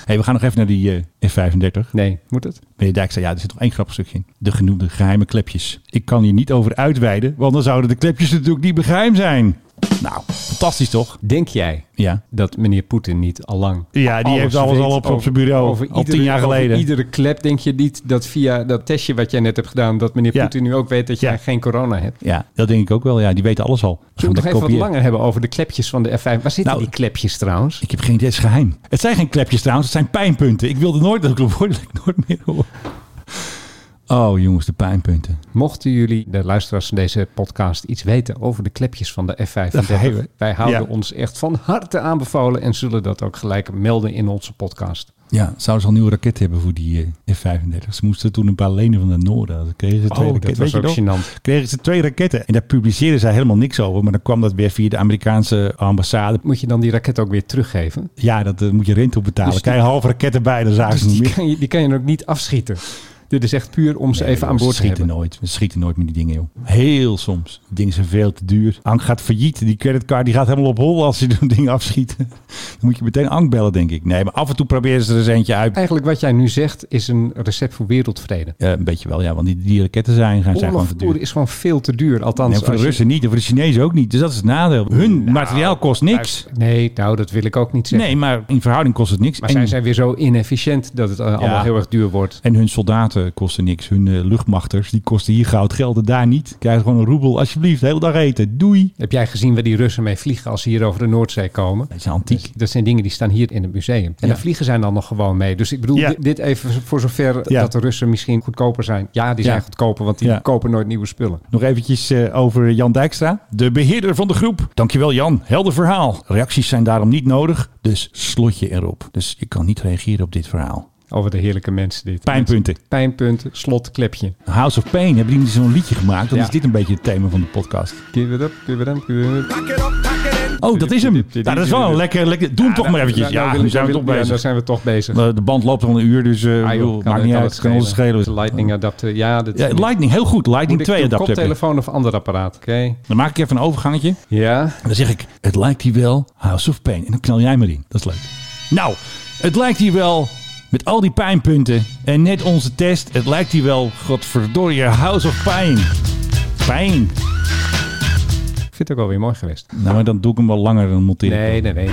hey, we gaan nog even naar die eh, F-35. Nee, moet het? Meneer Dijk zei, ja, er zit nog één grappig stukje in. De genoemde geheime klepjes. Ik kan hier niet over uitweiden, want dan zouden de klepjes natuurlijk niet geheim zijn. Nou, fantastisch toch? Denk jij Ja. dat meneer Poetin niet allang... Ja, die heeft alles weet al op- op over- zijn bureau, al iedere- tien jaar over geleden. iedere klep denk je niet dat via dat testje wat jij net hebt gedaan... dat meneer Ja. Poetin nu ook weet dat jij Ja. geen corona hebt. Ja, dat denk ik ook wel. Ja, die weten alles al. Zullen we Gaan nog dat even wat kopiëren. langer hebben over de klepjes van de F5? Waar zitten Nou, die klepjes trouwens? Ik heb geen idee, het is geheim. Het zijn geen klepjes trouwens, het zijn pijnpunten. Ik wilde nooit dat ik woord nooit meer hoor. Oh jongens, de pijnpunten. Mochten jullie, de luisteraars van deze podcast, iets weten over de klepjes van de F35... geheime. wij houden Ja. ons echt van harte aanbevolen... en zullen dat ook gelijk melden in onze podcast. Ja, zouden ze al nieuwe raketten hebben voor die eh, F-35? Ze moesten toen een paar lenen van de Noorden. Dan kregen ze Oh, twee dat raketten. was Weet je ook nog? gênant. Kregen ze twee raketten. En daar publiceerden zij helemaal niks over. Maar dan kwam dat weer via de Amerikaanse ambassade. Moet je dan die raket ook weer teruggeven? Ja, dat eh, moet je rente op betalen. Dus die- Krijg je halve raketten bij, dan zagen Dus ze niet die meer. kan, je, die kan je dan ook niet afschieten. Dit is echt puur om ze Nee, even joh, aan boord ze te hebben. schieten nooit. Ze schieten nooit met die dingen, joh. Heel soms. Die dingen zijn veel te duur. Ank gaat failliet. Die creditcard die gaat helemaal op hol als ze zo'n ding afschieten. Dan moet je meteen Ank bellen, denk ik. Nee, maar af en toe proberen ze er eens eentje uit. Eigenlijk wat jij nu zegt is een recept voor wereldvrede. Eh, een beetje wel, ja. Want die, die raketten zijn, zijn gewoon Oorlog te duur. voeren is gewoon veel te duur. Althans, Nee, voor de als je- Russen niet en voor de Chinezen ook niet. Dus dat is het nadeel. Hun Nou, materiaal kost niks. Nee, nou, dat wil ik ook niet zeggen. Nee, maar in verhouding kost het niks. Maar en, zijn zij weer zo inefficiënt dat het eh, allemaal heel erg duur wordt? en hun soldaten kosten niks. Hun eh, luchtmachters, die kosten hier goud geld en daar niet. Krijgen gewoon een roebel. Alsjeblieft, de hele dag eten. Doei. Heb jij gezien waar die Russen mee vliegen als ze hier over de Noordzee komen? Dat is antiek. Dus dat zijn dingen die staan hier in het museum. En daar vliegen zij dan nog gewoon mee. Dus ik bedoel, Ja. di- dit even voor zover Ja. dat de Russen misschien goedkoper zijn. Ja, die Ja. zijn goedkoper, want die Ja. kopen nooit nieuwe spullen. Nog eventjes eh, over Jan Dijkstra, de beheerder van de groep. Dankjewel Jan, helder verhaal. Reacties zijn daarom niet nodig, dus slot je erop. Dus je kan niet reageren op dit verhaal. Over de heerlijke mensen dit. Pijnpunten. Pijnpunt, slot, klepje. House of Pain, hebben die niet zo'n liedje gemaakt? Dan Ja. is dit een beetje het thema van de podcast. Give it up, give it up, give it up. Oh, dat is hem. Nou, dat is wel een lekker, lekker. Doe hem toch maar eventjes. nou, Ja, wil dan ik- zijn we wil- toch ja, dan bezig. zijn we toch bezig. Eh, De band loopt al een uur, dus eh, Ah, joh, bedoel, kan- maakt niet kan uit. het Kan ons schelen. schelen. De lightning adapter, ja. Dat Ja, Lightning, heel goed. Lightning Moet ik 2 een adapter. hebben. koptelefoon of ander apparaat, oké? Dan maak ik even een overgangetje. Ja. Dan zeg ik, het lijkt hier wel House of Pain. En dan knal jij maar in. Dat is leuk. Nou, het lijkt hier wel met al die pijnpunten en net onze test. Het lijkt hier wel, godverdorie, House of Pain. Pijn. Ik vind het ook wel weer mooi geweest. Nou, maar dan doe ik hem wel langer dan monteren. Nee, nee, nee.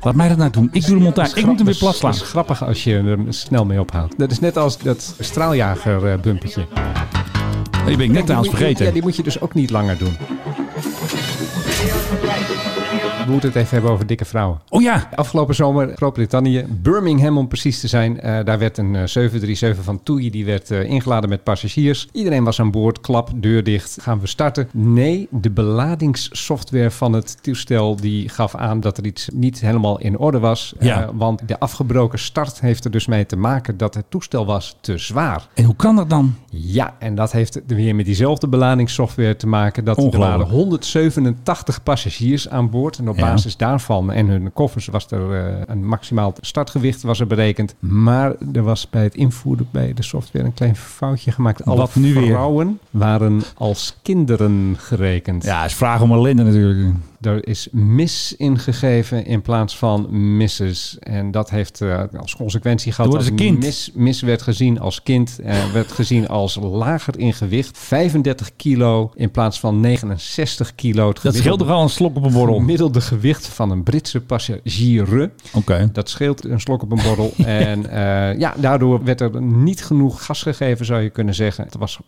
Laat mij dat nou doen. Ik doe de montage. Ik moet hem weer plat slaan. Dat is grappig als je er snel mee ophoudt. Dat is net als dat straaljager-bumpetje. Die dus ben ik net trouwens Ja, vergeten. die moet je dus ook niet langer doen. We moeten het even hebben over dikke vrouwen. Oh ja! Afgelopen zomer, Groot-Brittannië, Birmingham om precies te zijn. eh, daar werd een eh, 737 van TUI, die werd eh, ingeladen met passagiers. Iedereen was aan boord, klap, deur dicht, gaan we starten. Nee, de beladingssoftware van het toestel die gaf aan dat er iets niet helemaal in orde was. Ja. Eh, want de afgebroken start heeft er dus mee te maken dat het toestel was te zwaar. En hoe kan dat dan? Ja, en dat heeft weer met diezelfde beladingssoftware te maken. Dat er Ongelooflijk. waren 187 passagiers aan boord. En op Ja. basis daarvan en hun koffers was er eh, een maximaal startgewicht was er berekend. Maar er was bij het invoeren bij de software een klein foutje gemaakt. Alle Wat nu weer? vrouwen waren als kinderen gerekend. Ja, is vraag om ellende natuurlijk. Er is mis ingegeven in plaats van misses. En dat heeft eh, als consequentie gehad Dan dat worden ze kind. Mis, mis werd gezien als kind. eh, werd gezien als lager in gewicht. 35 kilo in plaats van 69 kilo. Het Dat scheelt toch al een slok op een borrel? Oké. gemiddelde gewicht van een Britse passagier. Dat scheelt een slok op een borrel. En eh, ja, daardoor werd er niet genoeg gas gegeven, zou je kunnen zeggen. Het was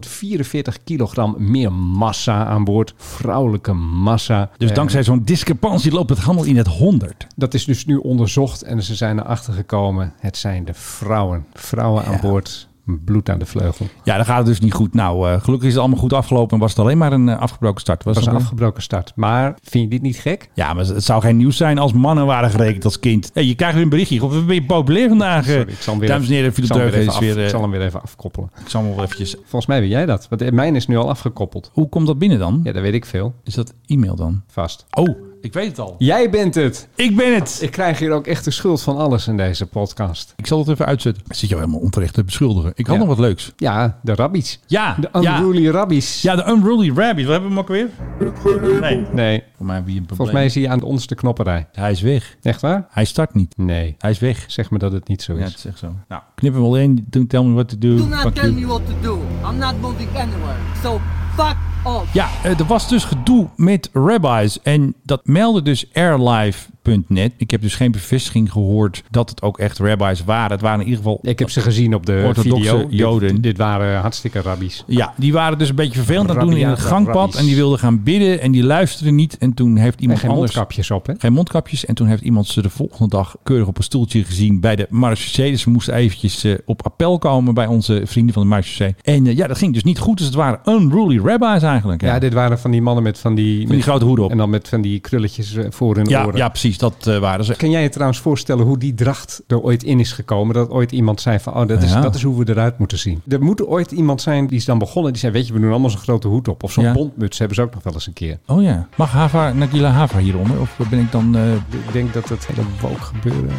1244 kilogram meer massa aan boord. Vrouwelijke massa. Dus En dankzij zo'n discrepantie loopt het handel in het honderd. Dat is dus nu onderzocht en ze zijn erachter gekomen. Het zijn de vrouwen. Vrouwen aan boord. Bloed aan de vleugel. Het Ja, dan gaat het dus niet goed. Nou, eh, gelukkig is het allemaal goed afgelopen en was het alleen maar een eh, afgebroken start. Was was een het- afgebroken start. Maar vind je dit niet gek? Ja, maar het zou geen nieuws zijn als mannen waren gerekend als kind. Hey, je krijgt weer een berichtje. Of ben je populair vandaag? eh. Sorry, ik zal hem weer Dames en heren, even- Philip ik zal hem weer Dreugen even is af- weer... eh, Ik zal hem weer even afkoppelen. ik zal hem wel eventjes... Volgens mij weet jij dat. Want mijn is nu al afgekoppeld. Hoe komt dat binnen dan? Ja, dat weet ik veel. Is dat e-mail dan? Vast. Oh, ik weet het al. Jij bent het! Ik ben het! Ik krijg hier ook echt de schuld van alles in deze podcast. Ik zal het even uitzetten. Ik zit jou helemaal onterecht te beschuldigen. Ik had Ja. nog wat leuks. Ja, de rabbies. Ja, De ja. unruly rabbies. Ja, de Unruly Rabbit. Wat hebben we hem ook weer? Nee. Nee, Voor mij wie een probleem. volgens mij is hij aan ons de knopperij. Hij is weg. Echt waar? Hij start niet. Nee. Hij is weg. Zeg me dat het niet zo Ja, is. het is echt zo. Nou, knip hem al in. Don't tell me what to do. Fuck you. what to do. I'm not moving anywhere. So fuck off. Ja, eh, er was dus gedoe met rabbis. En dat meldde dus airlife.net. Ik heb dus geen bevestiging gehoord dat het ook echt rabbis waren. Het waren in ieder geval... Ik heb ze gezien op de Orthodoxe video. Dit- Joden. Dit, waren hartstikke rabbies. Ja, die waren dus een beetje vervelend aan het doen in het Rabiate gangpad. rabbies. En die wilden gaan bidden en die luisterden niet. En toen heeft En iemand geen anders... mondkapjes op, hè? Geen mondkapjes. En toen heeft iemand ze de volgende dag keurig op een stoeltje gezien bij de marechaussee. Dus ze moesten eventjes eh, op appel komen bij onze vrienden van de marechaussee. En eh, ja, dat ging dus niet goed. Dus het waren unruly rabbis eigenlijk. hè. Ja, dit waren van die mannen met van die... Van die grote hoeden op. En dan met van die krulletjes eh, voor hun ja, oren. ja, precies. Dat eh, waren ze. Kan jij je trouwens voorstellen hoe die dracht er ooit in is gekomen? Dat ooit iemand zei van, oh, dat is, Ja. dat is hoe we eruit moeten zien. Er moet ooit iemand zijn die is dan begonnen. Die zei, weet je, we doen allemaal zo'n grote hoed op. Of zo'n Ja. bontmuts hebben ze ook nog wel eens een keer. Oh ja. Mag Hava, Nagila Hava hieronder? Of ben ik dan... eh Ik denk dat dat hele woke gebeuren...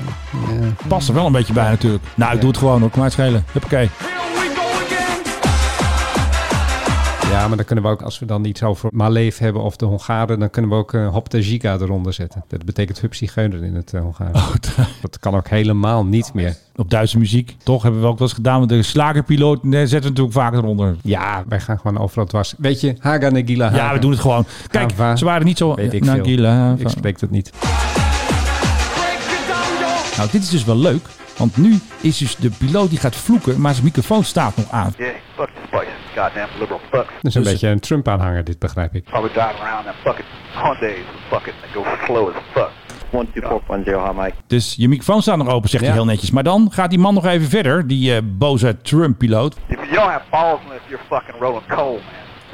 Ja. past er wel een beetje bij natuurlijk. Nou, ik doe het gewoon hoor. Kom maar schelen. Huppakee. ja, maar dan kunnen we ook, als we dan iets over Maleef hebben of de Hongaren... dan kunnen we ook eh Hop de Giga eronder zetten. Dat betekent hupsigeuner in het eh, Hongaars. Oh. dat kan ook helemaal niet meer. Op Duitse muziek. Toch hebben we ook wel eens gedaan met de slagerpiloot. Nee, zetten we natuurlijk vaak eronder. Ja, wij gaan gewoon overal dwars. Weet je, Haga Nagila Haga. Ja, we doen het gewoon. Kijk, Hava. ze waren niet zo... eh, Weet ik Nagila veel. Hava. Ik spreek dat niet. Nou, dit is dus wel leuk. Want nu is dus de piloot die gaat vloeken, maar zijn microfoon staat nog aan. Yeah, fuck this place. Goddamn liberal fucks. Dat is Dus- een beetje een Trump-aanhanger, dit begrijp ik. Probably drive around in fucking Hyundais and fucking they go slow as fuck. One two four one zero, hi Mike. Dus je microfoon staat nog open, zegt Ja. hij heel netjes. Maar dan gaat die man nog even verder, die eh, boze Trump-piloot. If you don't have balls in this, you're fucking rolling coal, man.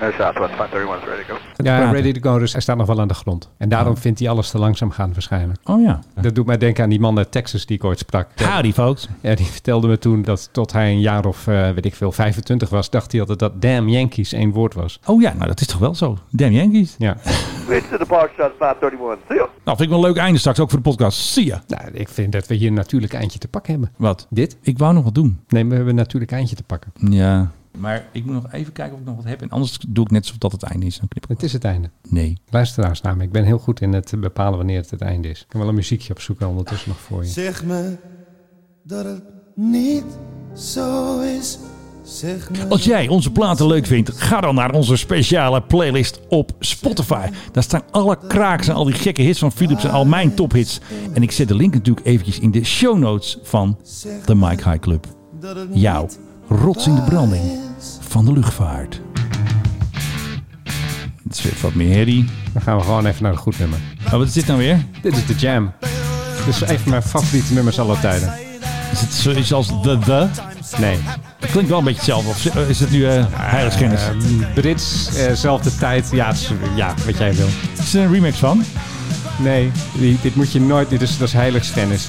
No shots, but 531 is ready to go. Ja, praten. ready to go, dus hij staat nog wel aan de grond. En daarom vindt hij alles te langzaam gaan waarschijnlijk. Oh ja. Dat doet mij denken aan die man uit Texas die ik ooit sprak. Howdy, folks. Ja, die vertelde me toen dat tot hij een jaar of, eh, weet ik veel, 25 was, dacht hij altijd dat damn Yankees één woord was. Oh ja, nou dat is toch wel zo. Damn Yankees. Ja. It's to the bar shots 531. See ya. Nou, vind ik wel een leuk einde straks, ook voor de podcast. Zie je. nou, ik vind dat we hier een natuurlijk eindje te pakken hebben. Wat? Dit? Ik wou nog wat doen. Nee, we hebben een natuurlijk eindje te pakken. Ja. Maar ik moet nog even kijken of ik nog wat heb. En anders doe ik net alsof dat het einde is. Dan knip ik Het is het einde. wat. Nee. Luisteraars namelijk, ik ben heel goed in het bepalen wanneer het het einde is. Ik kan wel een muziekje opzoeken ondertussen nog voor je. Zeg me dat het niet zo is. Zeg me. Als jij onze platen leuk vindt, ga dan naar onze speciale playlist op Spotify. Daar staan alle kraaks en al die gekke hits van Philips en al mijn tophits. En ik zet de link natuurlijk eventjes in de show notes van de Mike High Club. Jouw rots in de branding van de luchtvaart. Dat is weer wat meer herrie. Dan gaan we gewoon even naar een goed nummer. Oh, wat is dit nou weer? Dit is The Jam. Dit is een van mijn favoriete nummers aller tijden. Is het zoiets als The The? Nee. Het klinkt wel een beetje hetzelfde. Of is het nu eh heiligschennis? Eh, Brits, eh, zelfde tijd. Ja, het is- ja, wat jij wil. Is er een remix van? Nee, die- dit moet je nooit. Dit is, dat is heiligschennis.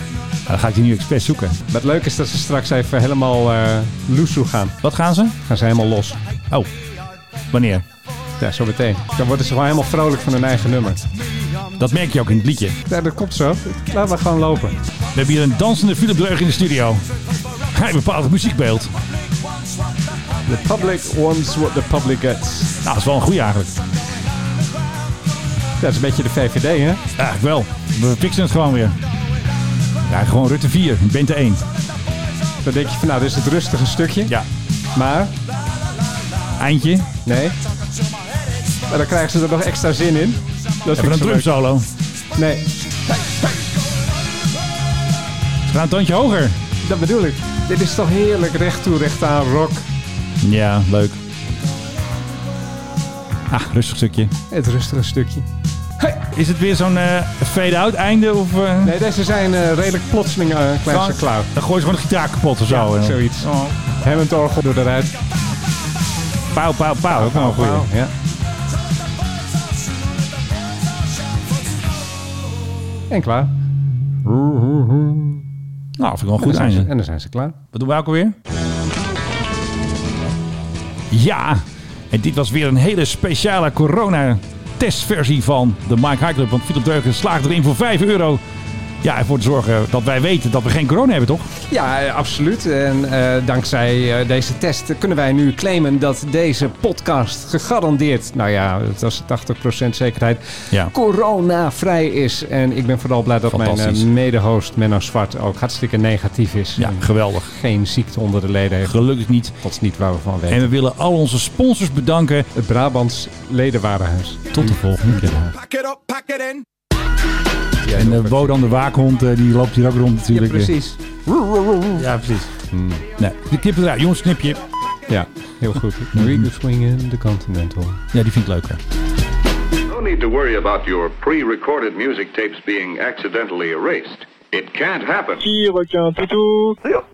Dan ga ik die nu expres zoeken. Wat leuk is dat ze straks even helemaal eh loesoe gaan. Wat gaan ze? Gaan ze helemaal los. Oh, wanneer? Ja, zo meteen. Dan worden ze gewoon helemaal vrolijk van hun eigen nummer. Dat merk je ook in het liedje. Ja, dat komt zo. Laten we gewoon lopen. We hebben hier een dansende Philip Dreug in de studio. Hij bepaalt het muziekbeeld. Nou, The public wants what the public gets. Nou, dat is wel een goeie eigenlijk. Dat is een beetje de VVD, hè? Eigenlijk wel. We fixen het gewoon weer. Ja, gewoon Rutte 4, Bente 1. Dan denk je van, nou, dit is het rustige stukje. Ja. Maar, Eindje. nee. Maar dan krijgen ze er nog extra zin in. Dat vind Even ik een zo leuk. drumsolo. Nee, We gaan een toontje hoger. dat bedoel ik. Dit is toch heerlijk recht toe, recht aan, rock. Ja, leuk. Ah, rustig stukje. Het rustige stukje. Is het weer zo'n eh, fade-out einde? Of, eh, Nee, deze zijn eh, redelijk plotseling eh gewoon- kleinste klauw. Dan gooi je gewoon de gitaar kapot of zo. Ja, en dan- zoiets. Oh. Hammond orgel door eruit. Pauw, pauw, pauw. Ook wel een goeie. Ja. En klaar. Nou, vind ik wel een en, dan goed zijn ze, einde. en dan zijn ze klaar. Wat doen we ook alweer? Ja, en dit was weer een hele speciale corona-testversie van de Mike High Club. Want Philip Deugen slaagt erin voor 5 euro. Ja, ervoor te zorgen dat wij weten dat we geen corona hebben, toch? Ja, eh, absoluut. En eh, dankzij eh, deze test kunnen wij nu claimen dat deze podcast gegarandeerd, nou ja, het was 80% zekerheid, Ja. corona-vrij is. En ik ben vooral blij dat mijn eh, Fantastisch. mede-host Menno Zwart ook hartstikke negatief is. Ja, En geweldig. geen ziekte onder de leden heeft. Gelukkig niet. Dat is niet waar we van weten. En we willen al onze sponsors bedanken. het Brabants ledenwarenhuis. Tot de volgende keer. Pack it up, pack it in. En eh, Wodan de waakhond, eh, die loopt hier ook rond Ja, natuurlijk. precies. Ja, precies. Nee, de kip eruit. Jongens, knipje. Ja, heel goed. Regal Swing in the Continental. Ja, die vind ik leuker. No need to worry about your pre-recorded music tapes being accidentally erased. It can't happen. Qui retient tout